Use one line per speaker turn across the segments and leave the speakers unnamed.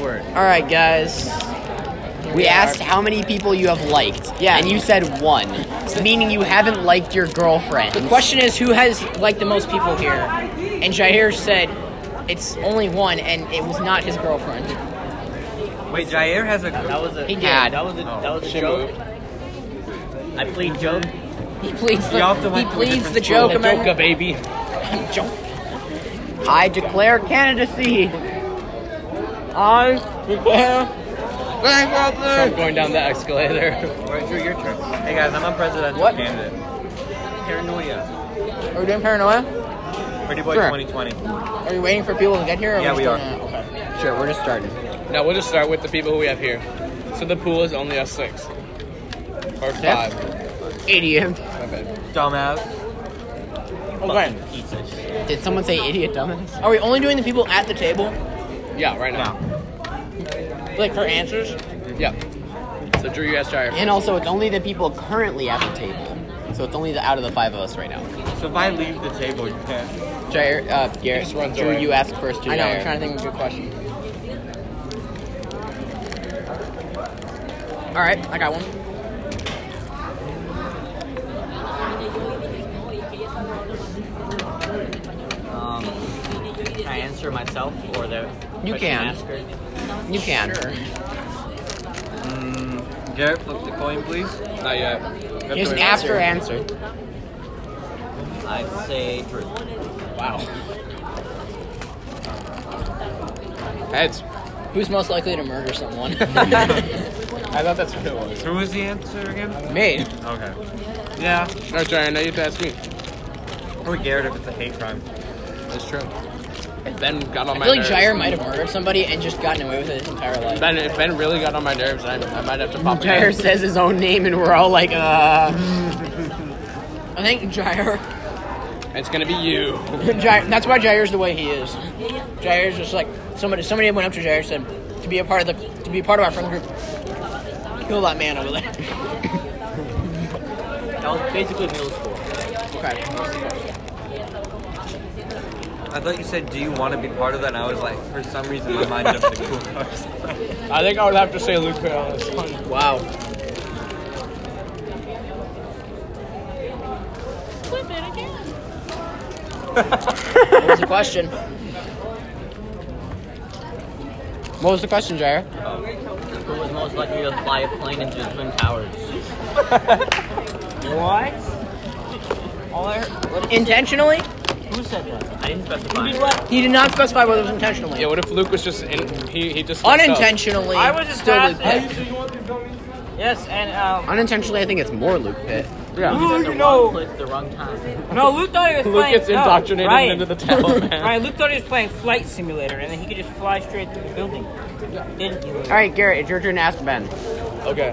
All right, guys.
We asked how many people you have liked.
Yeah.
And you said one, meaning you haven't liked your girlfriend.
The question is who has liked the most people here? And Jair said it's only one, and it was not his girlfriend.
Wait, Jair has a.
That was a
He did.
yeah, that was a that
Oh,
was a joke. I played joke.
He pleads
You
the,
also
he
went to a
pleads
different
the
school.
joke. America.
baby.
I declare candidacy.
I I'm going down that escalator.
Wait, Drew, your turn. Hey guys, I'm a presidential candidate. Paranoia.
Are we doing paranoia?
Pretty boy
Sure.
2020.
Are you waiting for people to get here? or
Yeah, we
just
are.
gonna- okay.
Sure, we're just starting.
Now we'll just start with the people who we have here. So the pool is only us six. Or
Yes.
five.
80.
My bad.
Dumbass.
Okay.
Eats it.
Did someone say idiot dumbass?
Are we only doing the people at the table?
Yeah, right now.
No.
Like for answers?
Yeah. So Drew, you asked Jair.
And also, it's only the people currently at the table. So it's only the, out of the five of us right now.
So if I leave the table, you can't.
Jair, uh, Garrett,
just runs
Drew,
away.
you asked first to
I know,
Jair.
I'm trying to think of a good question. All right, I got one.
Um, can I answer myself or the
You
question
can.
asker?
you can.
Garrett, flip the coin, please.
Not yet.
Here's an after answer.
I'd say Drew. Wow. Heads.
Who's most likely to murder someone?
I thought that's what it was.
Who was the answer again?
Me.
Okay. Yeah.
All right, Jair, now you have to ask me.
Or Garrett if it's a hate crime.
That's true. If Ben got on
I
my
feel like
nerves,
Jair might have murdered somebody and just gotten away with it his entire life.
Ben, if Ben really got on my nerves, I, I might have to pop
Jair
again.
says his own name, and we're all like, uh.
I think Jair,
It's gonna be you.
Jair. That's why Jair's the way he is. Jair's just like somebody. Somebody went up to Jair and said, "To be a part of the, to be a part of our friend group, kill that man over there."
That was basically middle school.
Okay.
I thought you said, do you want to be part of that? And I was like, for some reason, my mind jumped to cool cars.
I think I would have to say Luke on this one.
Wow. what was the question?
What was the question, Jair?
Who was most likely to fly a plane into the Twin Towers?
What? All I heard,
Intentionally?
who said that?
I didn't specify.
He did not specify whether it was intentionally.
Yeah, what if Luke was just in, he he just
Unintentionally.
I was just
still
asked.
Luke Pitt.
Yes, and um.
Unintentionally, I think it's more Luke Pitt.
Luke,
the
no.
wrong click, the wrong time.
No, Luke thought he was
Luke
playing.
gets indoctrinated
no, Ryan,
into the tower, man.
Ryan, Luke thought he was playing Flight Simulator, and then he could just fly straight through the building. Didn't he? Luke?
All right, Garrett, it's your turn to ask Ben.
Okay.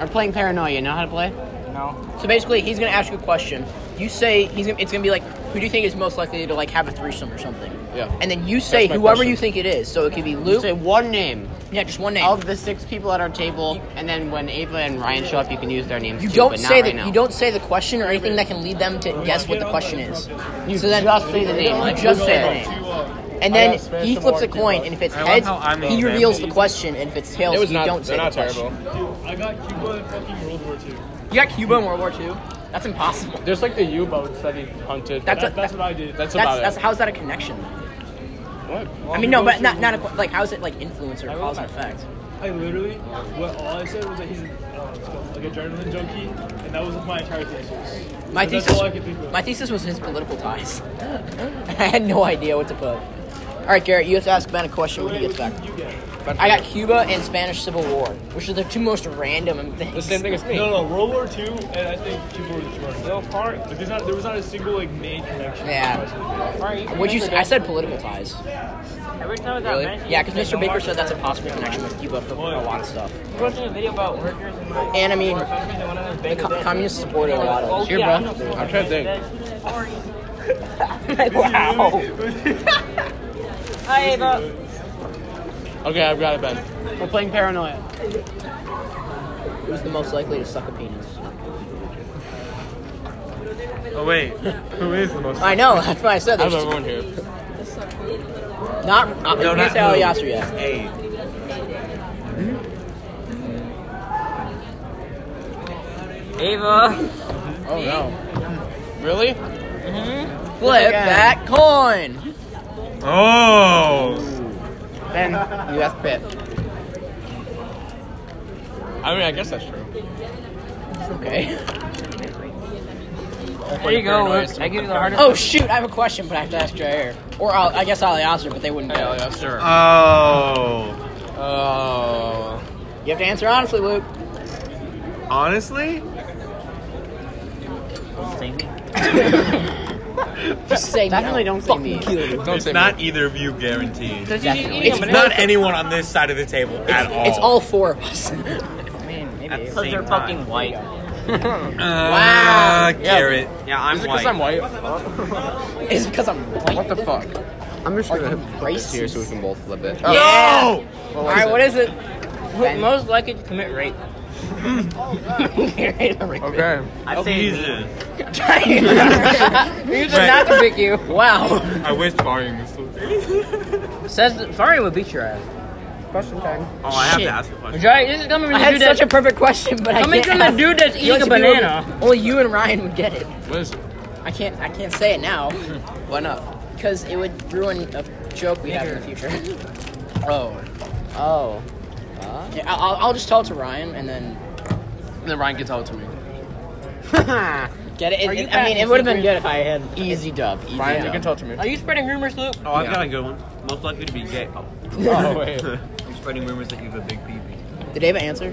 We're playing Paranoia. You know how to play?
No.
So basically, he's gonna ask you a question. You say he's gonna, it's gonna be like, who do you think is most likely to like have a threesome or something?
Yeah.
And then you say
my
whoever
question.
you think it is. So it could be
You
Luke.
say one name
yeah, just one name.
of the six people at our table, and then when Ava and Ryan show up, you can use their names.
you
too,
don't
but not
say
right
that.
now.
You don't say the question or anything that can lead them to guess what the question is.
You just say the name.
You just say the name.
uh,
And then he flips a coin, and if it's
I love
heads,
how I'm
he
the
reveals the
example.
question, and if it's tails,
It was
you
not.
don't say
they're
the
not
question.
terrible.
You got Cuba in World War II. That's impossible.
There's like the U-boats that he hunted.
That's That- a- that's
what I did. That's,
That's,
about
that's
it.
how's that a connection?
What?
I mean, no, but not not a, que- like how's it like influence or cause and effect?
I literally, what all I said was that he's an, uh, like adrenaline junkie, and that was my entire thesis.
My
That's
thesis,
all I could think of.
my thesis was his political ties. I had no idea what to put. All right, Garrett, you have to ask Ben a question when he gets back.
You get it.
I got Cuba and Spanish Civil War, which are the two most random things.
The same thing as me.
No, no, World War II, and I think people were the Germans. No, far. But there's not, there was not a single like main connection.
Yeah.
All right.
Would you? s- I said political ties.
Every time I got
Really?
mentioned,
Yeah, because
you
Mr.
said
Baker
Walmart.
said that's a possible connection with Cuba for a lot of stuff.
You watching a video about workers in like,
And I mean,
poor countries and one of them is
The
Bangladesh.
co- communists supported a lot
Oh,
of.
yeah,
bro.
I know poor
I'm trying to think.
Bangladesh.
wow.
Hi, Ava.
Okay, I've got it, Ben.
We're playing Paranoia.
Who's the most likely to suck a penis?
Oh, wait. Who is the most.
I know. That's why I said
I
there's
have
two-
everyone here.
not. Uh,
No,
you
not
can't say
who.
Al Yasser yet.
A.
Ava.
Oh no. Really?
Flip that coin.
Oh.
Ben, you asked Pip.
I mean, I guess that's true.
Okay.
There you go, Luke. I give you the hardest.
Oh shoot, I have a question, but I have to ask Jair. Or I'll, I guess Aliasser, but they wouldn't
Hey,
know.
yeah, sure.
Oh.
Oh.
You have to answer honestly, Luke.
Honestly?
Just say
Definitely
no.
don't say me.
Don't
it's
say
not either of you guaranteed.
Does he
Definitely.
eat
It's
It's
a banana?
not anyone on this side of the table at all.
It's all four of us.
I mean, maybe.
At the
Because
same
they're
time.
fucking white.
Uh,
Wow.
Carrot. Yeah, I'm
Is it because I'm white?
it's because I'm white.
What the fuck?
I'm just
Are
gonna
you
put this here so we can both flip it.
Yeah.
No!
All right, what is it?
Who most likely to commit rape?
Okay.
I
Jesus.
You did not to pick you.
wow.
I wish Farying was still
Says that Faria would beat your ass.
Question time.
Oh, I have
Shit.
to ask a question.
Right? This is coming from
I
the
had
dude that.
such a perfect question, but I
Coming
can't.
from the
ask-
dude that's
You
eating a
have to be able to-
banana.
Only you and Ryan would get it.
What is it?
I can't. I can't say it now. Why not? Because it would ruin a joke we have in the future.
Oh. Oh.
Yeah, I'll- I'll, I'll just tell it to Ryan and then
Then Ryan can tell it to me.
get it. it
Are you
I mean, it
patenting
would have been good if I had.
Easy dub. Easy
Ryan,
dub.
you can tell it to me.
Are you spreading rumors, Luke?
Oh, I've got a good one. Most likely to be gay. Oh.
Oh, wait.
I'm spreading rumors that you have a big peepee.
Did Ava answer?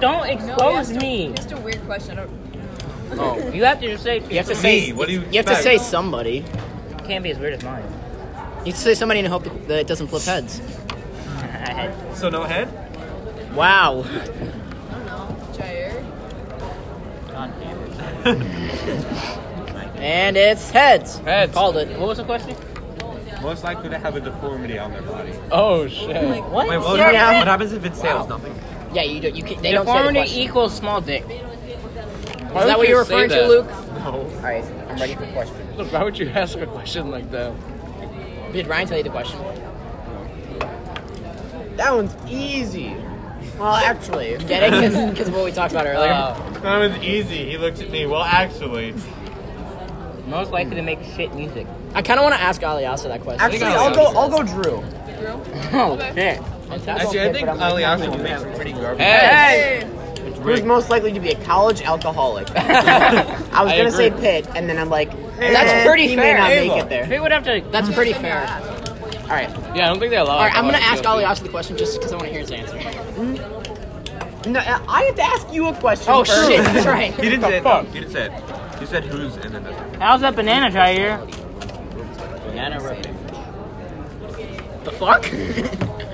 Don't
No,
expose
it's a-
me.
It's a weird question. I don't,
Oh.
You have to just say
You have to
Me,
say.
what do you
You have to say
expect?
somebody. You
can't be as weird as mine.
have to say somebody and hope that it doesn't flip heads.
So no head?
Wow.
I don't know. Jair.
And it's heads.
Heads.
Called it.
what was the question?
Most likely to have a deformity on their body.
Oh shit.
What?
Wait, what,
Yeah.
what happens if it's tails? Nothing.
Yeah, you don't. You can, they don't say the
Deformity
question.
equals small dick.
Is that what you're referring to, Luke?
No.
All right, I'm ready for the question.
Luke? Why would you ask a question like that?
Did Ryan tell you the question?
That one's easy.
Well, actually, get it because of what we talked about earlier.
That was easy. He looks at me. Well, actually.
Most likely to make shit music.
I kind of want to ask Aliasa that question.
Actually, I'll go. I'll go. Drew.
Oh shit.
Actually, I think Ali Asher will make some pretty garbage.
Hey!
Who's most likely to be a college alcoholic? I was
I
gonna say
agree.
Pitt, and then I'm like,
That's
eh,
pretty
he
fair.
may not
Ava.
make it there.
We would have to.
That's pretty fair.
All right.
Yeah, I don't think they allow.
All right, I'm gonna
alcoholics
ask Aliasa the
to go
question just because I want to hear his answer.
No, I have to ask you a question.
Oh
first.
shit, that's right.
He didn't say it.
fuck?
though. He didn't say it. He said who's and then that's
How's that banana try here?
Banana rape.
The fuck?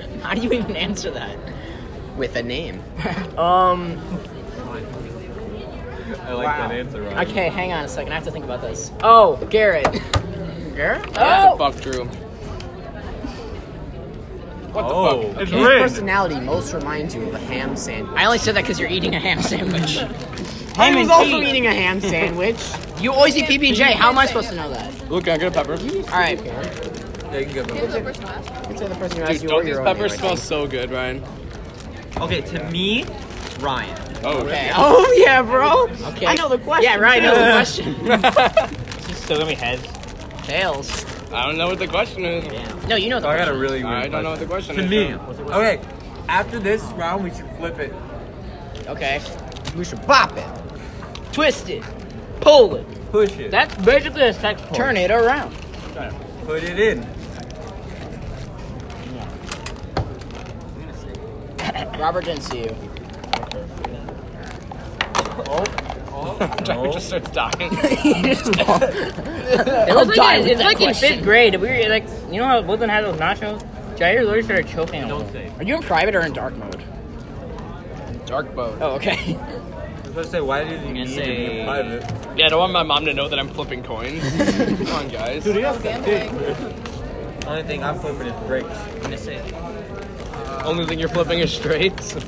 How do you even answer that?
With a name.
Um.
I like that answer, Ryan.
Okay, hang on a second. I have to think about this. Oh, Garrett. Garrett?
What
Oh.
the fuck, Drew? What the
Oh.
fuck?
It's
Whose
rigged.
personality most reminds you of a ham sandwich?
I only said that because you're eating a ham sandwich.
I was also eating a ham sandwich.
You always eat PB&J. How am I supposed to know that?
Oh.
Luke, can I get a pepper? Dude,
All right.
Yeah, you can get
Who's the person last?
It's the person who asked you
don't
or
these
your own
peppers
name, I
smell so good, Ryan?
one. Okay, to me, Ryan.
Oh,
Okay.
think. Oh yeah, bro. Okay. I know the question.
Yeah, right.
too.
That was the question.
Is this still gonna be heads?
Tails.
I don't know what the question is.
No, you know the
I got
question.
a really weird
I don't know what the question
To
is.
me.
though.
Okay, after this round, we should flip it.
Okay.
We should bop it.
Twist it. Pull it.
Push it.
That's basically a sex toy.
Turn it around.
Put it in.
Robert didn't see you.
Tyler just starts dying.
Oh.
They
It's
all
like,
die
in-
with
it's
that
like in
question.
fifth grade. We were like, you know how Woodland had those nachos? Jair literally started choking on
Don't
them.
say.
Are you in private or in dark mode?
Dark mode.
Oh, okay.
I was gonna say, why did you need to be in private?
Yeah, I don't want my mom to know that I'm flipping coins. Come on, guys.
Only thing I'm flipping is bricks.
Only thing you're flipping is straights.
He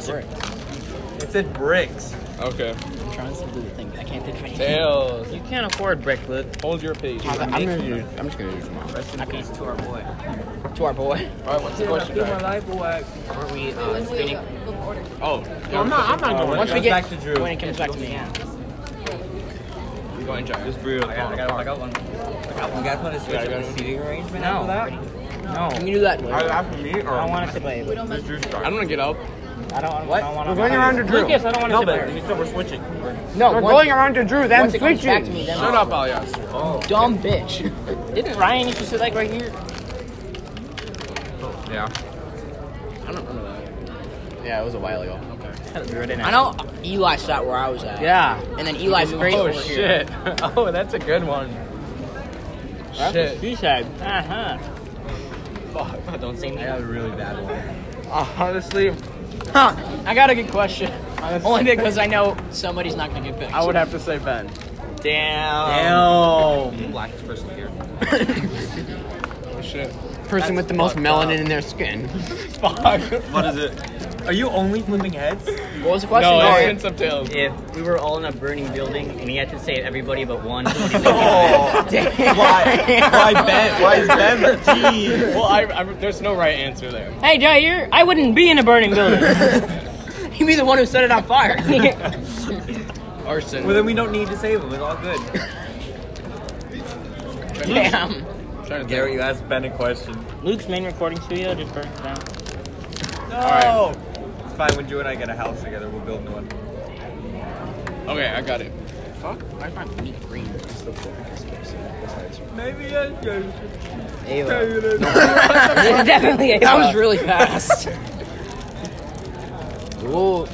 said brick.
It said bricks.
Okay.
trying to do the thing. I can't think of anything.
Tails.
You can't afford bricklet.
Hold your peace.
I'm, gonna do, I'm just gonna do tomorrow.
Rest in peace to our boy.
To our boy.
All right, what's the question? guys?
Aren't we
Wait,
uh,
wait, wait,
screening?
wait, wait, order.
Oh,
I'm not. I'm not going.
when it
Uh, Once we
comes
get
back to Drew.
when it comes back to me.
you're going Jaguars.
Just brew. I got, I got, I got one. I got one. You guys want to switch
Yeah, I
up
got
the
one.
seating arrangement
No.
after
No.
Can you do that?
that? after me or?
I want to sit by
We
you.
don't mess
Drew
I'm gonna get up.
I don't want to. I don't want to.
Lucas,
Lucas, I don't want to
No,
sit by
but
you.
you said we're switching.
No,
We're
once-
going around to Drew, then
once it comes back to
switching.
me, then
Shut up, Alias.
Oh.
dumb bitch.
Didn't Ryan used to sit like right here?
Yeah.
I don't remember that.
Yeah, it was a while ago.
I know Eli sat where I was at.
Yeah.
And then Eli moved
Oh
over here.
shit. Oh, that's a good one. Shit.
He said. Uh huh.
Fuck.
Don't say me.
I got a really bad one.
Honestly,
Huh. I got a good question.
honestly,
Only because I know somebody's not gonna get picked.
I would have to say Ben.
Damn.
Damn. Blackest person here.
Shit.
Person with the most melanin in their skin.
Fuck.
What is it? Are you only flipping heads?
What was the question?
No,
Oh,
it's
yeah.
been some tails.
If we were all in a burning building and he had to save everybody but one,
Oh. Why? Why Ben? Why is Ben? Jeez.
Well, I, I, there's no right answer there.
Hey, Jair, I wouldn't be in a burning building.
He'd be the one who set it on fire.
Arson.
Well, then we don't need to save him. It's all good.
Damn.
Trying to
Gary, you asked Ben a question.
Luke's main recording studio just burnt down.
No. It's fine. When Drew and I get a house together, we'll build a new one.
think. Okay, I got it.
Maybe that's good.
This is definitely a
That was really fast. Ooh.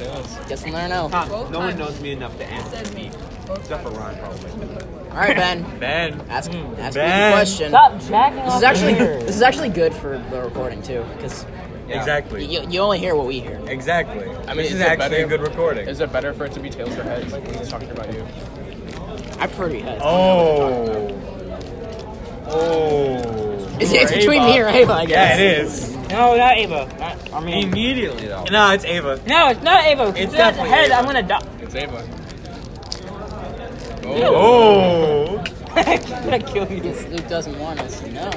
Guess I'll never know. All
Both
No one
times
knows me enough to answer.
Said me. Both
Except for
times.
Ron, probably.
right, Ben.
Ben.
Ask, ask me
Ben.
the question.
Stop jacking
This
off
is actually
here.
this is actually good for the recording too, because
Exactly.
you, you only hear what we hear.
Exactly. I
mean,
mean, this
is
is
it
actually a
better-
good recording.
Is it better for it to be tails or heads? He's talking about you.
I prefer to be heads.
Oh. Oh.
It's, it's between me or Ava, I
Yeah,
guess.
it is.
No, not Ava. Not, I mean,
Immediately though. No, it's Ava.
no, it's not Ava. If
It's
it's not
definitely
head.
Ava.
I'm gonna die.
It's Ava.
Oh.
I'm gonna kill you.
Yes, Luke doesn't want us. No.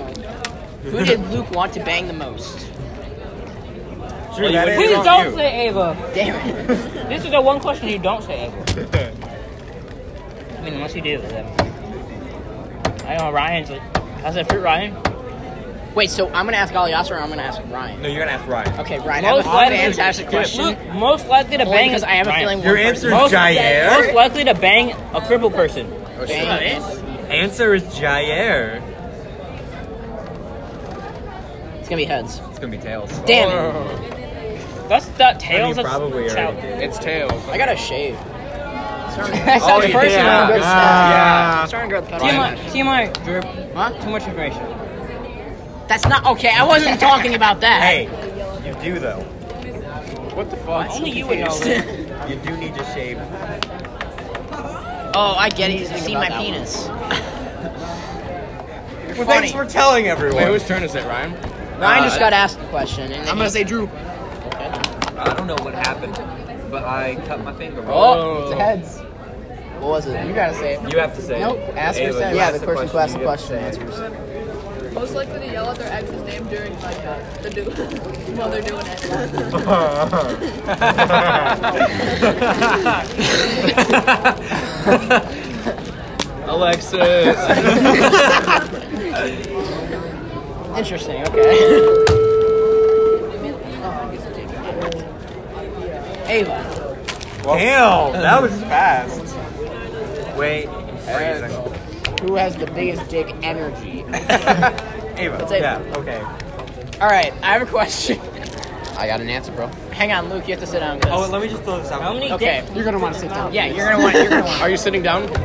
Who did Luke want to bang the most?
Drew,
that
Please
is
don't say Ava.
Damn it.
This is the one question you don't say Ava. I mean, unless you do, then. I know Ryan's like, how's that fruit, Ryan?
Wait, so I'm gonna ask Aliasar or I'm gonna ask Ryan.
No, you're gonna ask Ryan.
Okay, Ryan, I have a
likely-
fantastic question.
Luke, most likely to
Only
bang
because I have a
Ryan.
feeling one
Your
person-
answer is
Most, most
Jair.
likely to bang a crippled person.
Bang.
Answer is Jair.
It's gonna be heads.
It's gonna be tails.
Damn it.
That's that tails.
I mean, probably
that's,
already
chow-
did.
It's tails.
I gotta shave. that
Oh,
sounds
yeah.
personal.
Yeah.
Ah,
I'm starting to grow the
TMI, TMI,
Huh?
too much information.
That's not okay. I wasn't talking about that.
Hey, you do though.
What the fuck?
Only you would know. this.
oh,
You do need to shave.
Oh, I get it. You've seen my
about that
penis. You're funny.
Well, thanks for telling everyone.
Wait, whose turn is it, Ryan?
Ryan
Uh,
just got asked the question, and
I'm gonna say Drew.
I don't know what happened, but I cut my finger.
Oh, it's heads.
what was it?
You gotta say it.
You have to say.
Nope.
it.
Ask
Ava,
yourself.
you
Yeah,
ask
the person who asked the
you have
question
to say it.
answers.
Most likely to yell at their ex's name during like uh, the do while they're doing it.
Alexis.
Interesting. Okay. Ava.
Damn, that was fast. Wait, freezing.
Who has the biggest dick energy?
Ava.
That's it.
yeah. Okay.
All right, I have a question.
I got an answer, bro.
Hang on, Luke. You have to sit down. 'cause-
Oh, let me just throw this out.
How many
okay.
dicks?
You're gonna want to sit down.
Oh, Yeah, you're gonna want. You're gonna want.
Are you sitting down?
Luke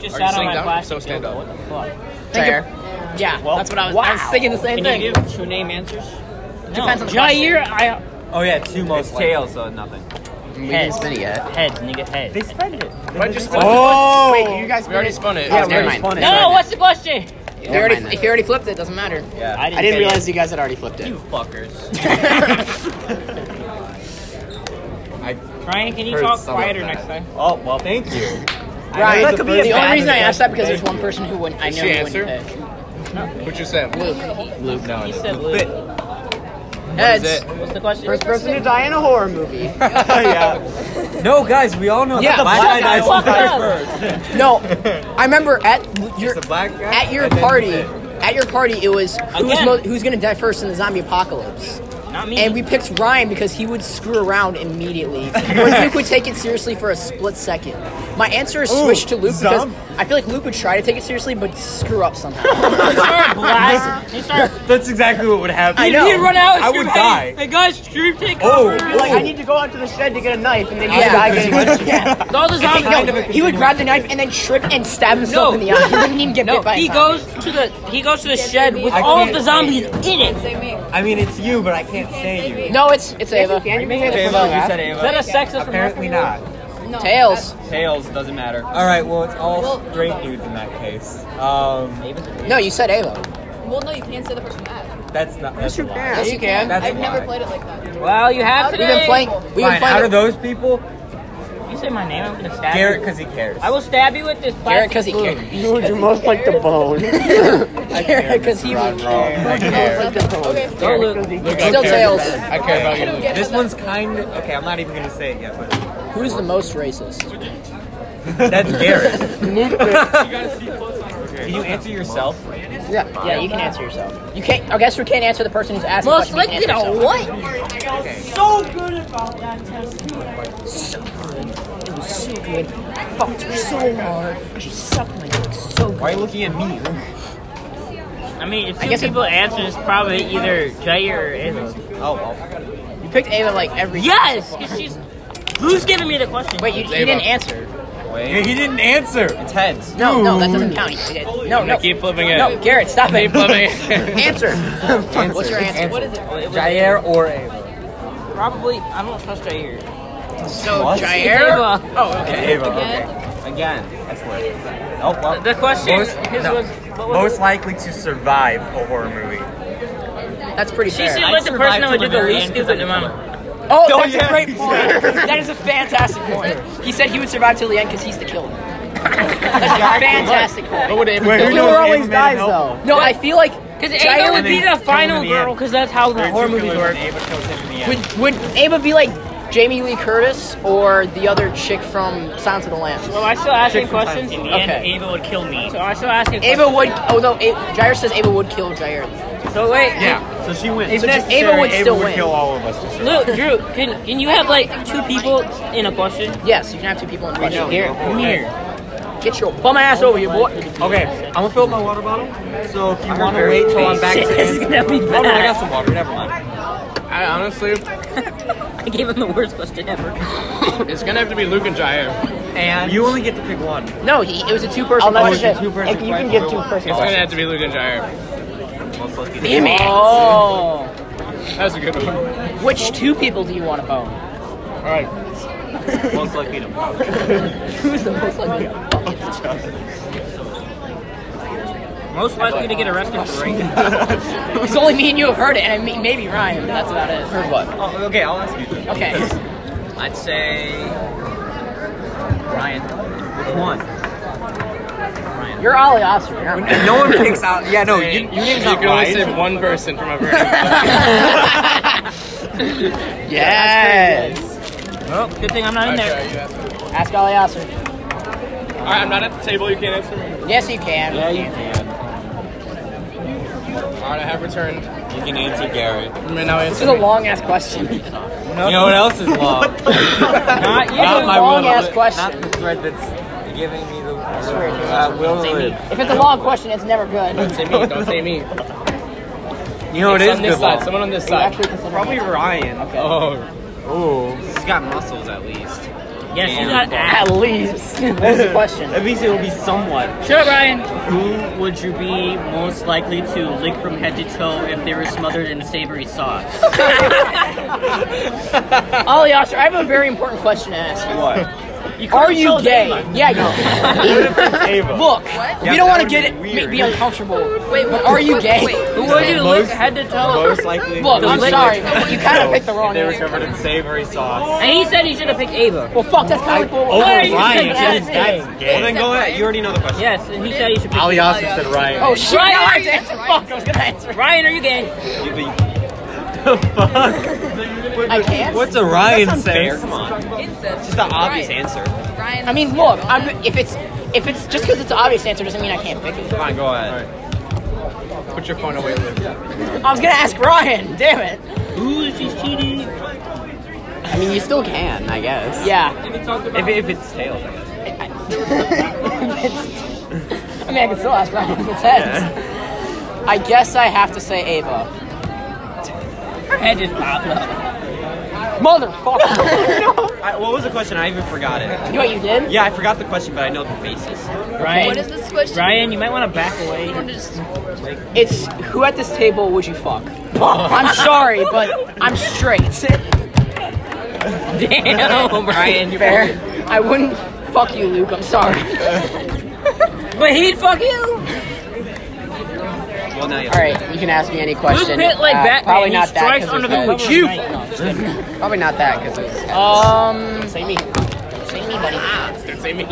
just
Are you
sat on
sitting
my
down?
plastic.
So stand up.
Fuck.
Fair. Yeah, that's what I was. I was thinking the same
Can
thing.
you give two name answers?
Depends on the
Jair, I
Oh yeah, two most tails, so nothing.
We didn't
heads.
spin it yet.
Heads, nigga, heads.
spread it.
But just
Oh!
Wait, you guys
we already
spin
spun it.
Yeah,
It's
we already
nice.
spun it.
No, no, what's the question?
If you, already,
Never mind
if
that.
you already flipped it, it doesn't matter.
Yeah.
I didn't
say
realize you guys had already flipped it.
You fuckers.
I
Ryan, can you
Heard
talk
some of
quieter
that.
next time?
Oh well, thank you.
Ryan,
that
the
could be
first
The only
bad
reason I asked that
impression.
because there's one person who wouldn't. I
Did
know
she
you wouldn't
answer?
pick.
What you said?
Luke, no.
He
it
said
isn't.
Luke.
Heads.
What's the question?
First person to die in a horror movie.
Oh, yeah. No, guys, we all know
Yeah,
that
the black
black guy
guy
dies
walked up.
first.
No, I remember at your
It's the black guy.
at your
and then
party.
the-
At your party, it was who's
Again.
mo- who's gonna die first in the zombie apocalypse,
Not me.
and we picked Ryan because he would screw around immediately, or Luke would take it seriously for a split second. My answer is switch to Luke
zomb-
because I feel like Luke would try to take it seriously but screw up somehow.
You start blasting. You start.
That's exactly what would happen.
I know.
You run out. and
I
scream,
would
hey,
die.
Hey guys, scream, take
Oh,
cover.
oh.
Like,
I need to go out to the shed to get a knife, and then you
Yeah.
die getting
yeah.
all the zombies.
No, he would grab the knife and then trip and stab himself
No.
in the eye. He wouldn't even get
No,
bit by a
he
zombie.
goes to the he goes to the shed with
I
all of
can't-
the zombies in it.
Say me.
I mean, it's you, but I can't say you.
No, it's it's Ava.
Is that a sexist?
Apparently not.
No,
Tails.
Tails doesn't matter. All right, well, it's all straight dudes in that case. Um,
No, you said Ava.
that's- Well, no, you can't say the person that.
that's not. That's a lie.
Yes, you can.
That's
I've
a
never
lie.
played it like that.
Well, you have
We've been
today.
playing. We've been
Fine. Out
playing.
of those people,
You say my name, I'm gonna stab
Garrett
you.
because he cares.
I will stab you with this plastic
Garrett, because he
spoon.
cares.
You're most like the bone.
Garrett, because he would care.
Okay, so
Go, Luke.
Look, I
Still
care.
tails.
I care about you. Luke.
This one's kind of okay. I'm not even gonna say it yet, but
Who's the most racist?
that's Garrett. Can you answer yourself?
Yeah, you can answer yourself. You can't. I guess you can't answer the person who's asking.
Most
the question,
likely
you can
to
answer yourself.
what?
It fucked her so hard. She sucked my dick so good.
Why are you looking at me?
I mean, if two
guess I-
people answer, it's probably either Jair or Ava.
Oh, well.
You picked Ava like every.
Yes, 'cause she's. Who's giving me the question?
Wait, you, you
It's
didn't
Ava.
answer.
Yeah, he didn't answer. It's heads.
No, no, that doesn't count. You did. No, no.
Keep flipping it.
No, Garrett, stop it.
Keep flipping it.
Answer. What's your answer?
what is it? Oh, it was
Jair or Ava?
probably. I don't trust Jair.
So
What?
Jair.
Oh,
Ava.
again,
Again. That's what. Oh, well.
the question.
Most-
his
no.
was, what was
most
it?
likely to survive a horror movie.
That's pretty
She
fair.
seemed like the
survived
person that would
till the
do the
very
least
end
stupid amount.
Oh,
Oh,
that's
yeah.
a great point. that is a fantastic point. He said he would survive till the end because he's the killer. That's a fantastic point.
What would Ava
Wait,
do?
who
Killer
knows
always
Ava made
dies
it help?
though.
No, I feel like
Because Ava would be the final
in the
girl,
end.
because that's how the
There are
horror
two
movies
killers
work.
and Ava kills him in the end.
would would Ava be like Jamie Lee Curtis or the other chick from Silence of the Lambs?
Well, I still asking questions?
In
end, Okay.
Ava would kill me. So I still asking
Ava would. Oh no, A- Jair says Ava would kill Jair.
So wait,
Yeah, so she wins.
So just Ava would still win.
kill all of us. to survive.
Luke, Drew, can can you have like two people in a question?
Yes, you can have two people in the question.
Here, come here.
Get your bum ass over here, boy.
Okay, I'm gonna fill up my water bottle. So if you want to wait till I'm back
Shit,
to
this is
answer.
gonna be
Oh no, I got
bad.
some water. Never mind.
I honestly,
I gave him the worst question ever.
it's gonna have to be Luke and Jair.
And you only get to pick one.
No, he, it was a two-person
Oh,
I'll
question.
question, two
message it.
person
If you can
question.
give two person.
It's gonna have to be Luke and Jair.
Damn it!
That's a good one.
Oh. Which two people do you want to bone?
All right.
Most likely to.
Who's the most likely?
Most likely to get arrested for rape.
Because only me and you have heard it, and I mean, maybe Ryan, but that's about it. Heard what?
Oh, okay, I'll ask you. Then.
Okay.
I'd say
Ryan, which one?
You're Ollie Oscar. You're not
No one picks out. Yeah, no, you, your name's
You
not
can only
Ryan.
save one person from ever. All
yes.
Oh, good thing I'm not in there.
Ask Ollie Oscar.
right, I'm not at the table. You can't answer me.
Yes, you can.
Yeah, you can.
All right, I have returned.
You can answer Garrett.
I mean, now
This
answer
is a
me.
long ass question.
You know what else is long?
Not you.
Not my
will.
long-ass question.
Not the thread that's giving me the. Uh, will to live.
If it's a long question, it's never good.
Don't say me. Don't say me.
You know, it
It's
is
on this
good
side.
law.
Someone on this side.
Probably Ryan.
Oh,
Oh. He's got muscles at least.
Yes, you got
At
ass.
least. What's the question?
At least it will be somewhat.
Shut up, Ryan.
Who would you be most likely to lick from head to toe if they were smothered in savory sauce?
Ollie Oscar, I have a very important question to ask you.
What?
Are you gay? Yeah, you.
Ava.
Look,
What?
you
Yeah,
don't
that
want to
would
get
be
it,
weird.
be uncomfortable.
Wait,
But are you gay?
Wait,
Who would you lick head to toe?
Most likely.
Look,
Most
I'm
likely
sorry.
it's
You kind of
no.
picked the wrong
They were
answer.
covered in savory sauce.
And he said he should have picked Ava.
Well, fuck, that's kind of
Oh,
like,
Ryan,
that's
yes, that's
gay.
Well, then go ahead. You already know the question.
Yes, and he said he should pick
Ali also
yeah.
said Ryan.
Oh, shit.
Ryan,
I
that's
did. Fuck, I was going to answer.
Ryan, are you gay?
You be- the fuck?
I can't.
What's a Ryan
That's unfair.
say? Come on.
Incest.
Just the obvious answer.
Ryan,
I mean, look, I'm, if it's if it's just because it's an obvious answer doesn't mean I can't pick it.
Come on, go ahead.
Put your phone away, Luke.
I was gonna ask Ryan. Damn it.
Ooh, she's cheating.
I mean, you still can, I guess.
Yeah.
If, if it's tails, I guess.
I mean, I can still ask Ryan if it's heads. I guess I have to say Ava.
Her head just popped up.
Motherfucker.
I, what was the question? I even forgot it.
you know what you did?
Yeah, I forgot the question, but I know the basis.
what is
Ryan,
this question?
Ryan, you might want to back away.
I'm just-
It's who at this table would you fuck? I'm sorry, but I'm straight.
Damn, Ryan.
Fair. I wouldn't fuck you, Luke. I'm sorry.
But he'd fuck you.
Well, now you
All right, you can ask me any
Luke
question.
Pitt like
Uh,
Batman.
Probably not
he
that.
strikes
'cause
under
it was
the
heads.
cover of night. No, I'm just kidding.
Probably not that because it was heads.
Um,
Say me.
say me,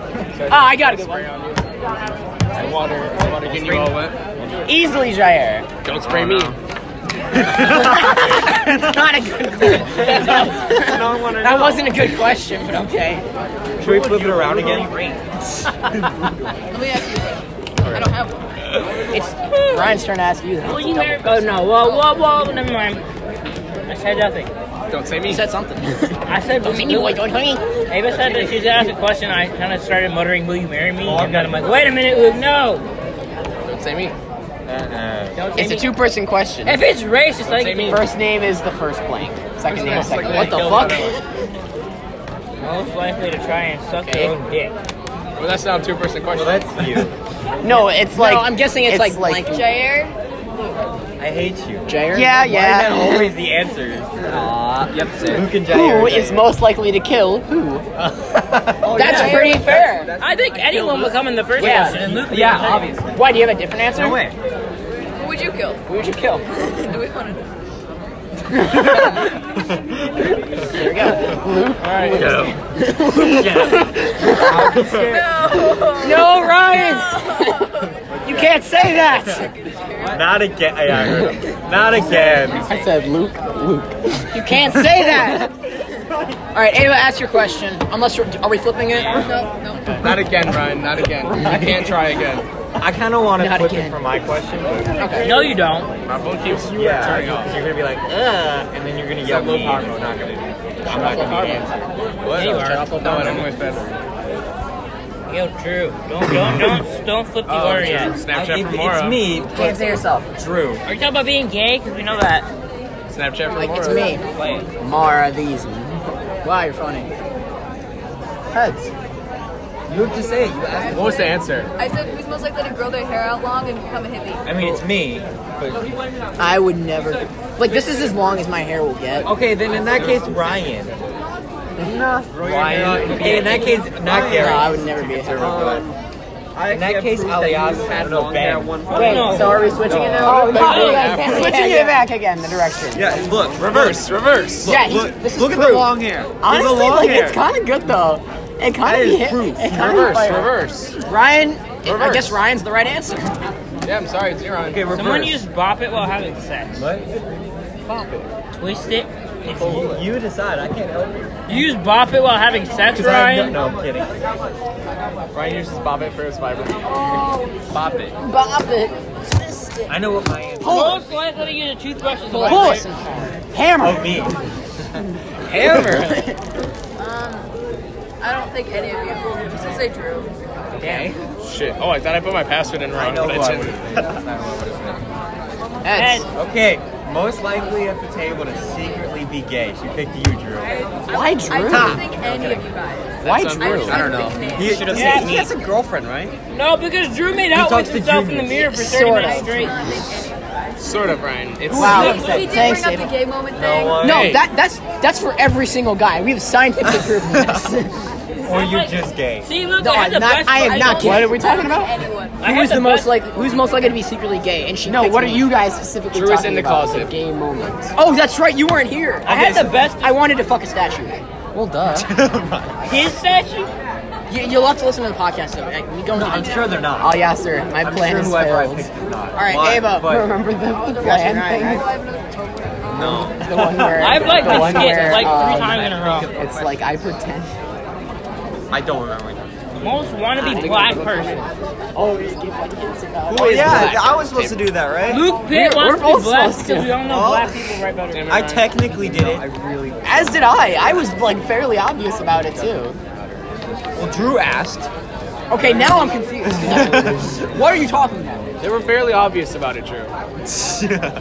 buddy. Ah, I got a good one.
Getting you all wet.
Easily, Jair.
Don't spray me.
That's not a good question. that wasn't a good question, but okay.
Should we flip it around again?
Let me ask you. I don't have one.
It's Ryan's turn to ask you.
Will you marry- Oh no! Whoa, whoa, whoa! Never mind. I said nothing.
Don't say me.
You said something.
I said.
Don't see me, boy. Don't hang me.
Ava said that she's asked a question. I kind of started muttering, "Will you marry me?" And then I'm like, "Wait a minute, Luke! No!
Don't say me.
Don't say
It's a
me.
two-person question.
If it's racist, like
say me.
First name is the first blank. Second name is second.
Like,
blank.
like,
What the
kill
fuck?
someone.
most likely to try and suck
Okay.
their own dick.
Well, that's not a two-person question.
That's you.
No, it's like.
I'm guessing it's like blank.
Jair,
I hate you.
Jair.
Yeah,
Why is that
yeah.
always the answer? Aw, yep, Luke and Jair.
Who is most likely to kill who?
That's
yeah.
pretty fair.
I think anyone would come in the first
Yeah.
question. And Luke would be
Yeah,
the second.
obviously.
Why do you have a different answer?
No way.
who would you kill?
Who would you kill?
Do we want to? No.
No, Oh, Ryan. you can't say that.
Not again. Yeah, I heard him. Not again.
I said Luke. Luke.
You can't say that. All right, Ava, ask your question. Unless you're, are we flipping it?
No. No.
Not again, Ryan. Not again. I can't try again.
I kind of want to
Not
flip
again.
it for my question.
No, you don't.
My phone keeps turning off.
You're gonna be like, ugh, and then you're gonna yell
low
me.
power
I'm not gonna.
What?
You are.
No, I don't know if that's
Yo, Drew, don't, don't, don't, don't flip the order yet.
Snapchat for
It's
Mora.
me,
Can't say yourself.
Drew.
Are you talking about being gay? Because we know that.
Snapchat for
Like it's
Mora.
me.
Mara these.
Wow, you're funny.
Heads.
You have to say it. You asked.
What was the answer?
I said who's most likely to grow their hair out long and become a hippie?
I mean, it's me.
I would never. Like this is as long as my hair will get.
Okay, then in that case, Ryan. Ryan. Okay, in that case, not
No, I
Gary.
would never be a hair.
In that case, Elias had no bad one.
Wait, so are we switching it now? Oh,
yeah.
switching it back again, the direction.
Yeah, look, reverse, reverse.
Yeah, he's- this is
look at the
proof.
long hair. Look at the
Honestly,
long
like
hair.
it's kind of good though. It kind
That
of
is
be hit.
proof.
It kind
Reverse,
of
reverse.
Ryan, I
Reverse.
guess Ryan's the right answer.
Yeah, I'm sorry, it's your on.
Okay, reverse.
Someone used bop it while having sex.
What?
Twist it.
You decide. I can't help you.
You use bop it while having sex,
'Cause I-
Ryan?
No, I'm kidding.
Ryan uses Bob it for his vibrant.
Bop it.
Bob it.
I know what my answer
Most likely to use a toothbrush is
Pull
white.
it. Hammer.
Oh, me.
Hammer.
I don't think any of you. I'm just gonna say Drew.
Okay.
Shit. Oh, I thought I put my password in
I
wrong,
know
but
who
I
I
didn't.
Head.
Heads.
Okay, most likely at the table to secretly be gay. She picked you, Drew.
Why Drew?
I don't think any of you guys.
Why
That's
Drew?
untrue.
I don't know.
He should have said me. That's a girlfriend, right?
No, because Drew made out with
talks to
himself in the
juniors.
mirror for 30
Sorta.
minutes straight.
Sort of, Ryan. It's
Wow.
He did
Thanks,
bring up
Ava.
the gay moment thing.
one.
No,
Hey.
that that's that's for every single guy. We have scientific proof of this.
Or you're just gay.
See, look,
No,
I had
I'm
the
not-
best.
I am
I
not
don't-
kidding.
What are we talking about?
Who
I had
is the
best-
most like? Who's most likely to be secretly gay? And she.
No,
picked
what are
me.
you guys specifically
Drew is
talking
in the
about?
closet.
gay moments.
Oh, that's right. You weren't here.
I had the best.
I wanted to fuck a statue.
Well, duh.
His statue.
You, you'll have to listen to the podcast though. Like, we don't.
I'm sure they're not.
oh yeah, sir. My
I'm
plan
sure
is
whoever I
failed.
picked is not.
All right,
But-
Ava.
But
Remember
Oh,
the, the
Question,
plan
all
thing?
right,
no.
The one where
I've like
the one
been
where,
skipped like
um,
Uh,
three times in a row.
It's like I pretend.
I don't remember.
Most wannabe black person.
Oh yeah, I was supposed to do that, right?
Luke
We're-
Pitt wants
we're
to
both
be black
supposed
because
to.
we all know
Oh.
black people right better.
I technically did it.
As did I. I was like fairly obvious about it too.
Well, Drew asked.
Okay, now I'm confused. what are you talking about?
They were fairly obvious about it, Drew.
Oh yeah,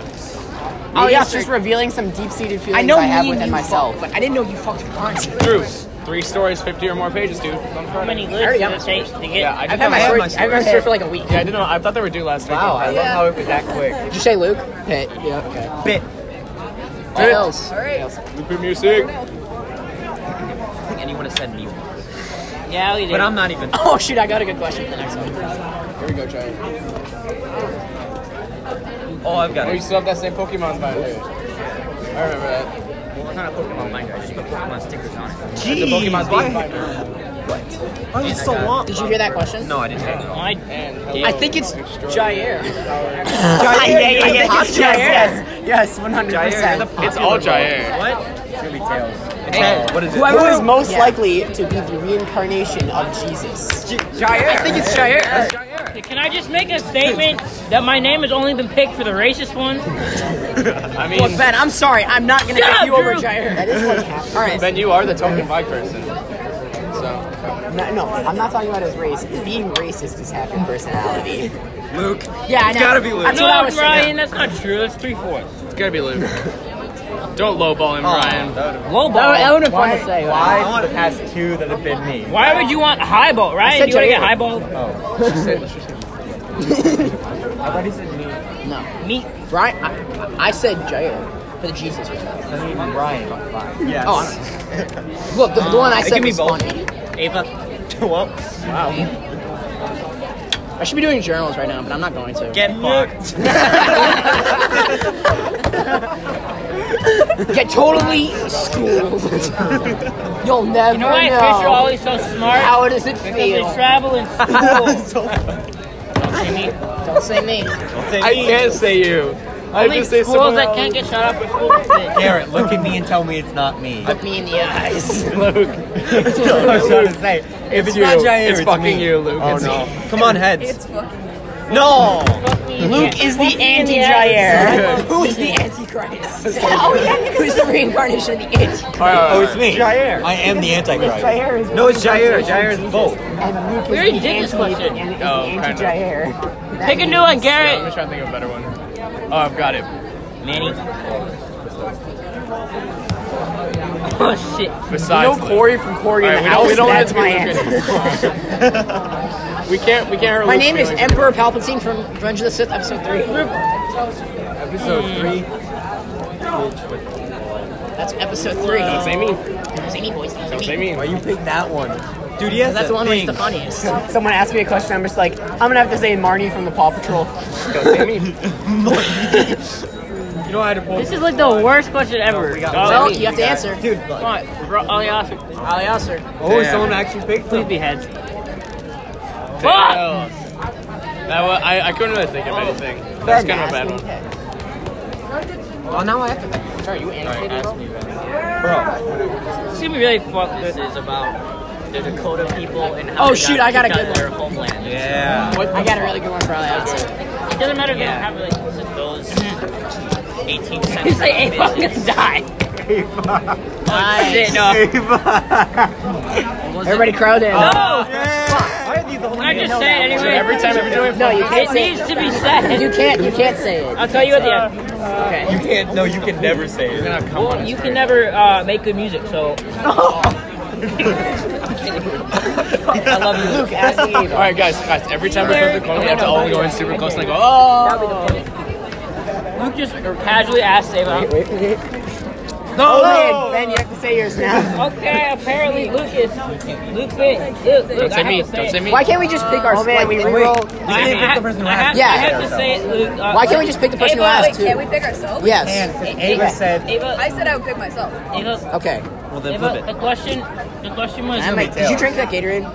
yes,
it's
sir.
just revealing some deep-seated feelings
I
I,
know
have
me and
within
you
myself.
fucked, but I didn't know you fucked Fonzie.
Drew, three stories, 50 or more pages, dude.
How many
already
lives
got
does
my
it take to get?
Yeah, I
I've
did
had
not
my
have
story.
my
I've
story.
had my story for like a week.
Yeah, I didn't know. I thought they were due last
Wow,
week.
I love
Yeah.
how it was that quick. Did you say Luke? Pitt. Yeah. Okay.
Bit.
What else?
Lupe music.
Anyone has said me
Yeah, we did.
But I'm not even.
Oh shoot, I got a good question for the next one.
Here we go, Charlie.
Oh, I've got
Oh, you
it.
still have that same Pokemon by there. I remember that.
Well, it's not a Pokemon binder. I just put Pokemon stickers on it.
The
Jeez,
Pokemon
why?
binder.
Why was it so long?
Did you hear that Oh, question?
No, I didn't hear it.
I
And
I think it's Jair.
yeah, yeah, yes, yes, yes, one hundred
Jair, you're
percent.
the
it's all Jair.
What? It's gonna be Tails. It's head. What is it?
Who is most likely to be the reincarnation of Jesus?
I think it's Jair.
Can I just make a statement that my name has only been picked for the racist one?
I
Well,
mean,
Ben, I'm sorry. I'm not gonna
Shut
pick
up,
you over
Drew.
Jair.
That is what happened.
All right.
Ben, you are the token black person. So,
No, no, I'm not talking about his race. Being racist is half your personality.
Luke.
Yeah, I know.
gotta be Luke.
That's
no,
what I was saying.
Ryan, that's not true. That's three fourths.
it's gonna be Luke. Don't lowball him, Ryan.
Low
That would- that
ball.
would have fun to say.
Oh. Why? I want the past two that have been me.
Why would you want high ball, Ryan?
said
Do you want to
Jair.
get high ball?
I already said me. I
Meat.
Right? I, I said Jair for the Jesus one.
mean Brian. Yes.
Oh, I don't know. Look, the, the one I
it
said
can be
was
both.
funny.
Ava,
well,
I should be doing journals right now, but I'm not going to.
get fucked.
Get totally schooled. You'll never
You know why Fisher always so smart?
How does it
Because they
feel?
travel in school. Don't say me.
Don't say me.
I can't say you. I have
Only
to say
schools
someone
that
else.
can't get shut up with school.
Garrett, look at me and tell me it's not me.
Look me in the eyes.
That's what I was trying to say. If it's,
you.
not Jair,
It's fucking
me.
you, Luke.
Oh
It's
no. Come on, heads.
It's fucking.
No.
Luke is the anti-Jair. Who is the Antichrist? oh yeah, who's the reincarnation of the Antichrist?
Oh, it's me. Jair. I am the Antichrist.
Jair is
No, it's Jair. Jair is both.
and Luke is
We already
the
did this question.
anti-
Oh,
is the
kinda.
anti-Jair.
Pick a new one,
I'm
Garrett.
just trying to think of a better one. Oh, I've got it.
Manny. Oh shit.
Besides,
No Corey from Corey
All
in
right,
the
we don't,
house.
we don't have
that's
to
my
be Luke
answer.
anymore. we can't. We can't hurt
My
Luke's
name is
feelings.
Emperor Palpatine from Revenge of the Sith, episode three.
Episode three.
That's episode three.
Don't say me.
Don't say me, boys. Don't say
Don't
me.
say me.
Why you pick that one? Dude, yes.
That's the one where it's the funniest.
Someone asked me a question. I'm just like, I'm gonna have to say Marnie from the Paw Patrol.
Don't say me.
You know I had to pull.
This is like the worst question ever.
We got
Oh,
Well, you have to answer.
Dude,
come
like,
on, bro. Oh, yeah, awesome.
Ali Yasser.
oh,
Damn.
someone actually picked
Please
him.
be heads. Fuck!
Tails. That was, I, I couldn't really think of anything. That's kind of a bad one.
Well, now I have to.
Bro,
It's gonna be really fucked.
this is about the Dakota people and
Oh,
how they
shoot,
got
I got a
kicked out
good
of their homeland.
yeah.
I got a really good one for Ali Yasser.
It doesn't matter if they
Yeah.
have relationships.
It's Those 18th
You say
century
Ava gonna die.
Nice.
Shit, no.
Everybody crowd in.
No!
Why are these the
Can I
only
just say it anyway?
Every time I'm doing
No, you can't
It
say
needs
it.
to be said.
You can't. You can't say it.
I'll tell you at the end.
You can't. No, you can never say it.
gonna come on.
You can never uh, make good music, so
I love you, Luke. Ask me.
All right, guys, guys. Every time we flip the coin, we have to all go in super close and like, oh.
Luke just casually asked Ava. No,
Oh, Ben, Ben, you have to say yours now.
Okay, apparently Lucas. Luke bit. Luke, Luke,
Don't
I
say
have
me.
to say
Don't
it.
say me.
Why can't we just pick our?
Oh, man,
like,
we
and
re-roll.
roll-
I, I, the person who has
Yeah.
I have to say it, Luke. Uh,
Why can't we just pick the person who
Ava,
asked
Wait,
too?
can we pick ourselves?
Yes.
Ava said. Ava,
I said I would pick myself.
Oh.
Ava,
Okay.
Well, then
Ava,
flip
the
it.
question, the question was,
I'm like, did you drink that Gatorade?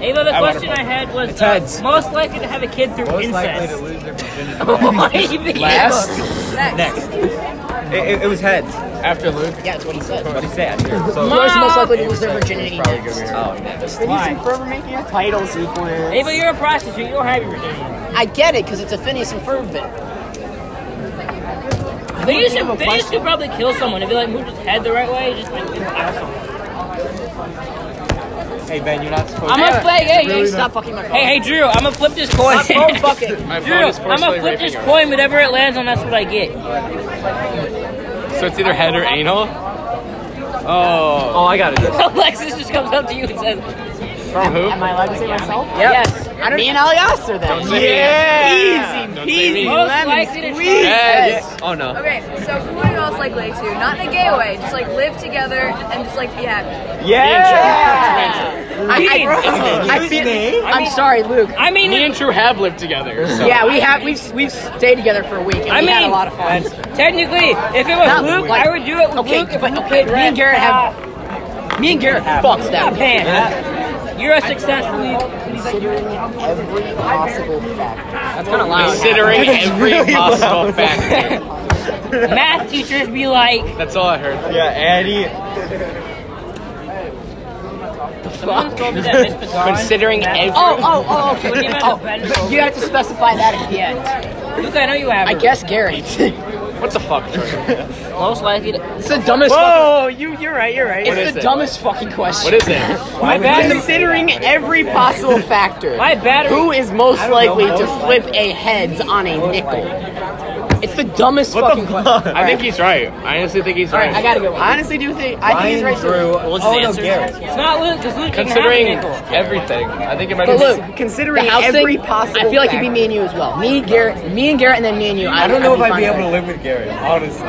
Ava, the question I had was, uh, most likely to have a kid through incest.
lose their virginity.
Oh
Last?
Next.
It, it, it was heads.
After Luke.
Yeah, that's what he said.
What do you say after? So,
Mom!
Who's most likely to lose their virginity next?
oh, next.
Forever making a title sequence.
Ava, you're a prostitute. You don't have your virginity.
I get it because it's a Phineas and Ferb bit.
They used, to, they used to probably kill someone if you like moved his head the right way. Just like, awesome.
Hey, Ben, you're not supposed
I'm gonna play. Hey, hey,
Stop fucking my phone.
hey, hey, Drew. I'm gonna flip this coin.
Stop phone fucking.
My phone
Drew,
is
I'm
forcefully
gonna flip
raping
this
her.
coin. Whatever it lands on, that's what I get.
So it's either head or anal. Oh,
Oh, I got it.
Alexis just comes up to you and says,
from who?
Am I allowed to say myself?
"Yes,
Me and Ali Oster then.
say me.
Yeah.
Don't say me.
most likely to try."
Yes.
Oh, no.
Okay, so who are you all likely to? Not in a gay way, just like live together and just like be happy.
I, I, I, feel, I'm sorry, Luke.
I mean,
Me and Drew have lived together. So.
Yeah, we have we've we've stayed together for a week. And
I
we had a
mean-
lot of fun.
technically, if it was
Not
Luke,
like-
I would do it with
Okay,
Luke. If
but-
Luke
okay,
did
me and
rap.
Garrett have-
Ah,
Me and Garrett fucked
stop
that.
paying. You're a successful.
Considering every possible factor.
That's kind of
Considering every possible factor.
Math teachers be like,
That's all I heard.
Yeah, Eddie.
someone told me that Miss Pizarro-
Considering every.
Oh, oh, oh, okay.
What do you mean
Oh,
offense?
but you have to specify that at the end.
Luke, I know you have.
I
her.
guess Garrett.
What the fuck? Jordan?
Most likely. To,
It's the dumbest.
Whoa, you you're right, you're right.
fucking,
what
it's
is
the
it?
dumbest fucking question.
What is it?
my battery.
Considering every possible factor.
My battery.
Who is most likely to flip a heads on a nickel? It's the dumbest fucking question.
I think he's right. I honestly think he's right.
I gotta go.
I honestly do think I think he's right. too.
oh, no, Garrett.
It's not Luke, because Luke didn't have
Considering
a nickel.
everything, I think it might
But
be.
look,
Considering
the house thing,
every possible
I feel like it'd be
factor.
me and you as well. Me, Garrett, me and Garrett, and then me and you. I,
live with Gary, honestly.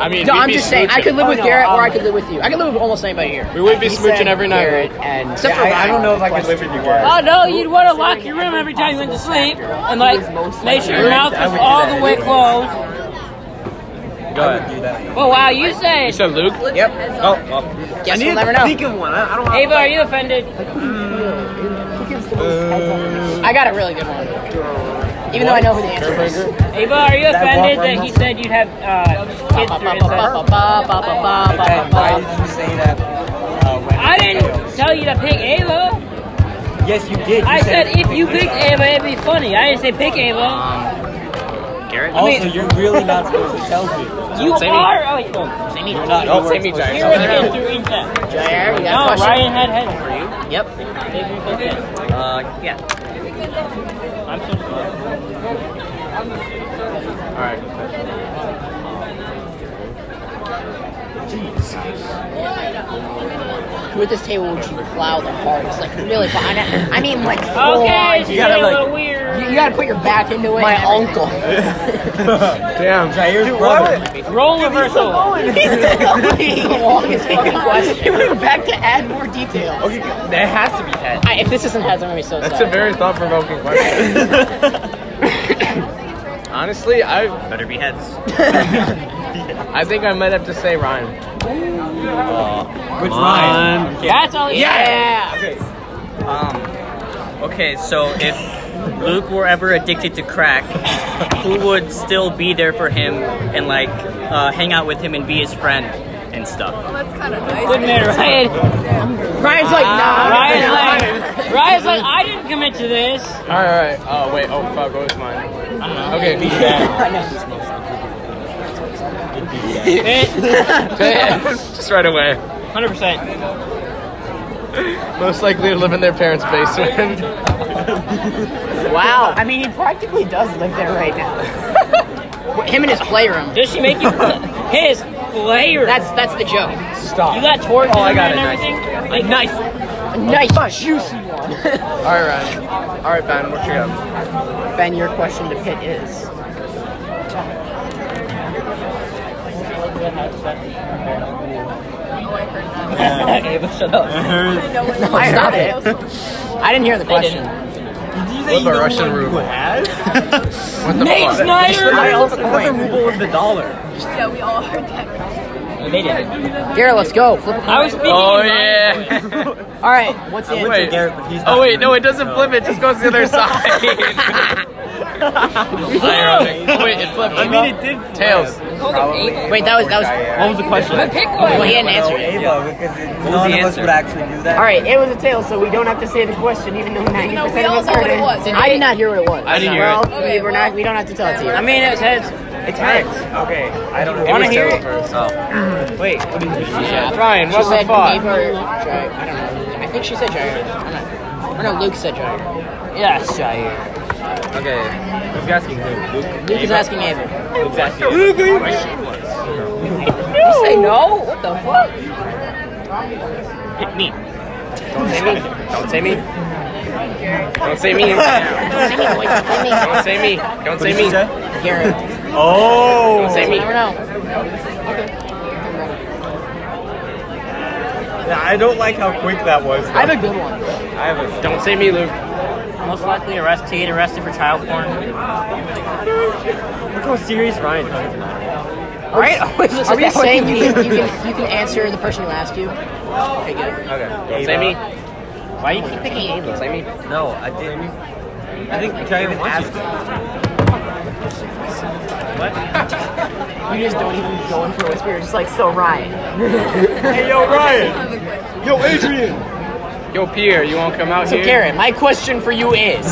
I mean,
No,
we'd
I'm
be
just saying. I
smooching.
could live with
Oh, no,
Garrett, or I
um,
could live with you. I could live with almost anybody here.
We would be
He said
smooching every night,
Garrett
right?
And
Except for Ryan.
if I could live with you guys.
Oh no, you'd want to lock your room every time you went to sleep, and like make sure your mouth was all the way closed.
Go ahead.
Oh wow, you say.
You said Luke?
Yep.
Oh, well,
Guess we'll never know.
of one. I, I don't
Ava, are you offended?
I got a really good one. Even though I know who the answer is.
Ava, are you offended that he said you'd have uh, kids through incest?
Ba-ba-ba-ba-ba-ba-ba-ba-ba-ba.
did you say that? Uh, when
I didn't tell you to pick Ava.
Yes, you did. You
I said if you picked Ava, it'd be funny. I didn't say pick Ava.
Also, you're really not supposed to tell people.
You
Say me.
are. Oh, wait, no.
See me.
You're not.
Don't say me, Jack.
You're a kid through incest.
Jair, you
No,
got a question?
Ryan had head for you.
Yep.
Ava picked it.
Uh,
I'm so sorry.
Alright.
Who at this table would you plow the hardest? Like, really far. I mean, like, full
Okay,
on,
she's
dude.
getting a
like-
little weird.
You gotta put your back into it.
My
and everything.
uncle.
Damn.
Jair's brother.
Role reversal.
the longest fucking question.
He went back to add more details. Okay,
That has to be head.
I, if this isn't heads, I'm gonna be so
That's a
sad.
very thought provoking question. Honestly, I
Better be heads.
I think I might have to say Ryan.
Which Ryan?
That's all. Yeah.
Um, okay, so if Luke were ever addicted to crack, who would still be there for him and like uh, hang out with him and be his friend and stuff?
That's kind of nice.
Good man, Ryan.
Ryan's like, nah.
Ryan's like, Ryan's like, I didn't commit to this.
Alright, alright. Oh, wait. Oh, fuck. What was mine?
I don't know.
Okay. Just right away.
Hundred percent.
Most likely to live in their parents' basement.
wow.
I mean, he practically does live there right now.
Him in his playroom.
Does she make you his player?
That's that's the joke.
you got torque. Oh, I got and everything. Like nice.
Nice, juicy one.
All right, Ryan. All right, Ben. What you got?
Ben, your question to Pitt is.
it, but shut up.
No, stop it. I didn't hear the
I
question.
didn't.
What the Russian ruble? What the fuck?
I also
was the dollar.
Yeah, we all heard that.
They didn't.
Garrett, let's go. Flip a coin.
I was speaking.
Oh yeah.
All right, what's the answer?
Wait. Oh wait, no, it doesn't flip. It just goes the other side. Ironic. Oh wait, it flipped. I mean, it did. Tails.
Wait, that was that was.
What was the question?
Pick
Well,
one.
he didn't answer it.
None of us
answer?
would actually do that.
All right, it was a tail, so we don't have to say the question, even though ninety
No, we
percent
all
of us
know what
heard
it was.
I did not hear what it was.
I didn't hear
well,
it.
Okay,
we're
well-
not. We don't have to tell it to you.
I
mean, it's heads.
It's heads.
Okay, I don't
Wanna
know.
hear
Wait, what did you say?
Brian,
She
what's the
said
fuck?
Beaver, Jair. I don't know. I think she said Jair. I don't know. Or no, Luke said Jair.
Yes, Jair.
Okay, who's asking who? Luke?
Luke is asking Ava.
Who's asking Luke?
You say no? What the fuck?
Pick me.
Don't say me. Don't say me. Don't say me. Don't say me. Don't
Garrett.
Oh!
say me.
Never know.
I don't like how quick that was. though.
I have a good one.
I have a.
Don't say me, Luke.
Most likely arrest to get arrested for child porn.
Look how serious Ryan talks about.
All right. Are we saying you can, you can you can answer the person who asked you? Okay, good.
Okay.
Don't say me.
Why you keep picking Ava?
Don't say me.
No, I didn't. I think I even asked.
You just don't even go in for a whisper. You're just like so right.
Hey, yo, Ryan! Yo, Adrian!
Yo, Pierre, you won't come out
So
here.
Garrett, my question for you is: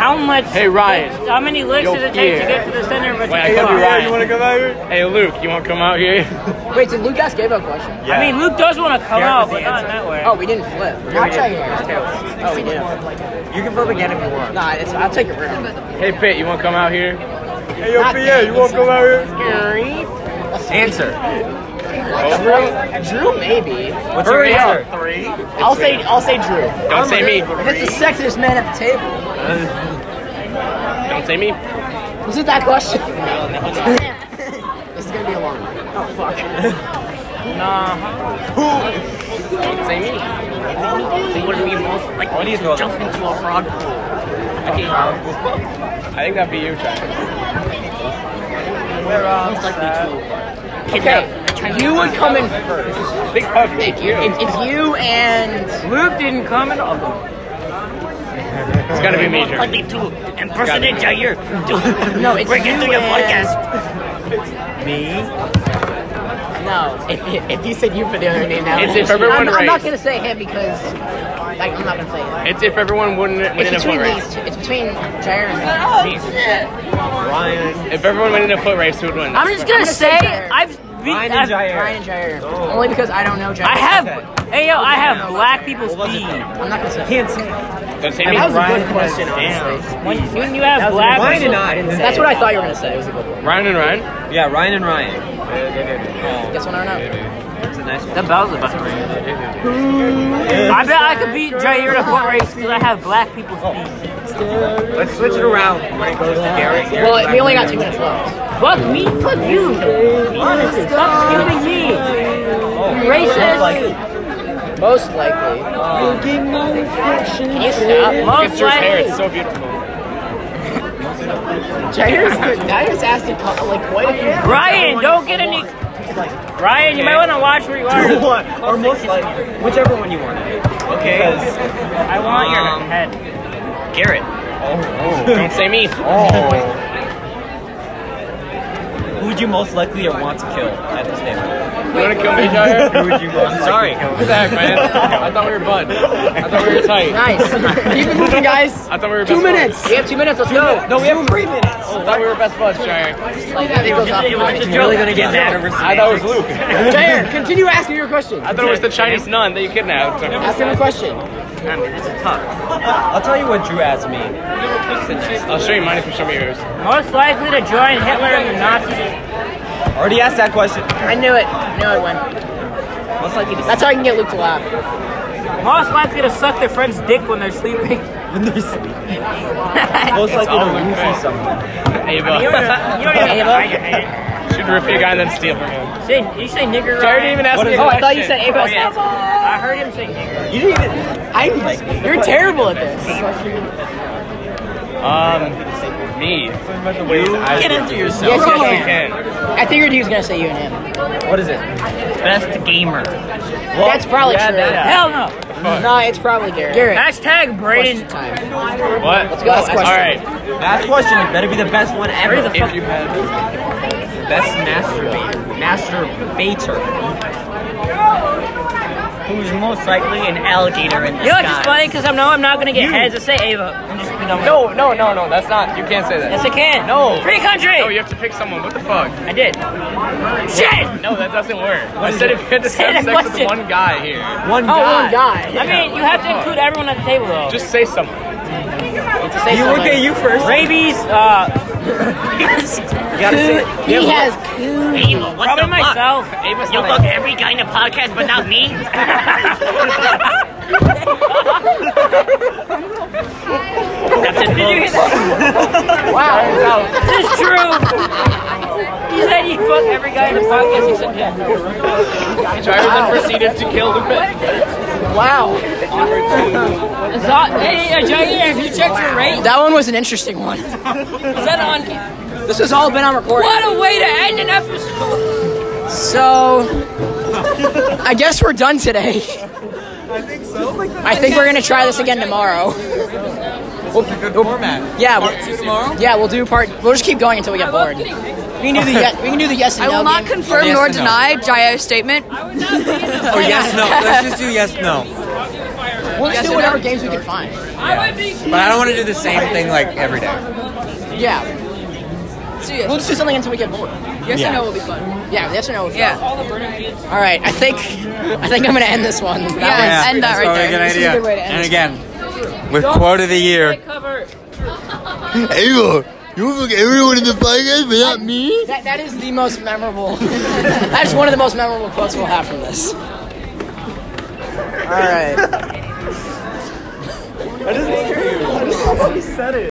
How much?
Hey, Ryan.
How many licks
Yo,
does it take
Pierre.
to get to the center of a
Wait, I
Hey,
could be
Ryan, you
Ryan.
wanna come out here?
Hey, Luke, you won't come out here.
Wait, did Luke ask Ava a question?
I mean, Luke does want to come out, but not in that way.
Oh, we didn't flip. I'll take it. Oh, we did.
you can flip again if you want.
Nah, it's, I'll take it round.
Hey, Pitt, you won't come out here.
Hey, yo, Pierre, you wanna come out here? Answer.
Drew, maybe.
What's your
Hurry up.
answer? Three.
I'll say I'll say Drew.
Don't say me.
If it's the sexiest man at the table.
Don't say me.
Was it that question? this is gonna be a long one. Oh fuck.
Don't say me.
What do you throw? Jump.
I think that'd be you, Travis.
Okay, you would come in first.
Big hug.
Nick, you- it's, it's you and
Luke didn't come at all.
It's gotta be me, Jerry.
to impersonate Jair.
no, it's you and-
Me?
No, if, if, if you said you for the other name now,
It's if everyone
I'm, I'm not
raised.
gonna say him because like I'm not gonna say it.
It's if everyone wouldn't win in a
It's
foot
between
race.
these two. It's between Jair and.
Ryan.
If everyone went in a foot race, who'd win?
I'm just gonna
gonna
say
say Jair.
I've. Be,
Ryan
I've
and Jair.
Ryan and Jair. Only because Oh. I don't know Jair.
I have.
Okay.
Hey yo, I have black people's speed.
I'm not gonna say. it.
Don't say me.
That was a
Ryan
good question,
and
honestly.
When, when you have black,
Ryan and
people's-
I. didn't say
That's
it.
what I thought you were gonna say. It was a good one.
Ryan and Ryan.
Yeah, Ryan and Ryan.
Guess what I don't know.
It's a nice one.
the bell's about to ring. I bet I could beat Jair in a foot race because I have black people's speed.
Let's switch it around when it goes to Garrett.
Well, we only got two minutes left.
Fuck me, fuck you. Honestly, stop skipping me. You racist.
Most likely. Can you stop?
Most
It's your hair. It's
likely.
so beautiful.
Jair's, Jair's asked a couple, like, quite a few.
Ryan, don't get any. Ryan, you might want to watch where you are.
or most likely, whichever one you want. Okay.
I want your
Um,
head.
Garrett.
Don't say me.
Oh. Who would you most likely want to kill at this table?
You wanna kill me, Jair?
Who would you most likely
Sorry. What the heck, man? I thought we were bud. I thought we were tight.
Nice. Keep it moving, guys.
I thought we were two minutes.
We have two minutes. Let's go.
No, we have three minutes.
I thought we were best buds, Jair.
really gonna get mad over
I thought it was Luke.
Jair, continue asking your question.
I thought it was the Chinese nun that you kidnapped.
Ask him a question.
I mean, this is tough.
I'll tell you what Drew asked me.
I'll show you mine if you show me yours.
Most likely to join Hitler and the Nazis.
Already asked that question.
I knew it. I knew it went.
Most likely to
That's how I can get Luke to laugh.
Most likely to suck their friend's dick when they're sleeping.
when they're sleeping. Most likely to
all
lose
okay.
someone.
You
Ava.
don't even- you don't even
Ava?
hide your hand.
She should root for your guy and then steal from him.
Say, you say nigger.
Jared didn't even ask me a question.
Oh, yeah. I heard him say nigger.
You didn't even. I, you're terrible at this.
Um, me.
Get into yourself.
Yes, you
You
can.
can.
I figured he was gonna say you and him.
What is it?
Best gamer.
That's probably true.
Hell no.
No, it's probably Garrett. Garrett.
Hashtag Braden.
Question time.
What? Let's
go. Last
All
question.
right.
Last question. It better be the best one ever.
If you
Best masturbator. Masturbator.
Who's most likely an alligator in
You know,
disguise?
it's just funny because I know I'm not gonna get heads. I say Ava. I'm just gonna be
no, no, no, no. That's not. You can't say that.
Yes, I can.
No.
Free country.
No, you have to pick someone. What the fuck?
I did. Shit.
No, that doesn't work. I said if you had to
Say
have
the
sex with
question.
one guy here,
One
Oh,
guy.
I mean, you have to include everyone at the table though.
just say someone.
You look at you first.
rabies. Uh,
He has
Ava, what
probably
the fuck?
myself.
Ava's
You
not
fuck every guy in the podcast, but not me. Captain Hook.
This is true. You said you fuck every guy in the podcast. You said yeah.
a driver then proceeded to kill Lupin.
Is that, hey, uh, Jackie, have you checked your rate?
That one was an interesting one.
Is that on?
This has all been on recording.
What a way to end an episode.
So, I guess we're done today. I think so. I think we're gonna try this again tomorrow.
Good format.
Yeah. we'll-
Tomorrow.
Yeah, we'll do part. We'll just keep going until we get bored. We can do the yes. We can do the yes and
I
no.
will not
game.
confirm
Yes
nor
and no.
deny Jaya's statement.
Oh yes, no. Let's just do yes, no.
We'll just do whatever games we can find.
But I don't want to do the same thing like every day.
Yeah.
So yes,
We'll just do something until we get bored.
yes and no will be fun.
Yeah. Yes or no.
Yeah.
All right. I think. I think I'm gonna end this one. That
Yeah.
was-
end that
that's
right
probably
there.
a good
This is a
idea.
good way to end
and again, with quote of the year.
Ava, you fuck everyone in the podcast, but not me?
That, that is the most memorable. that is one of the most memorable quotes we'll have from this. All right.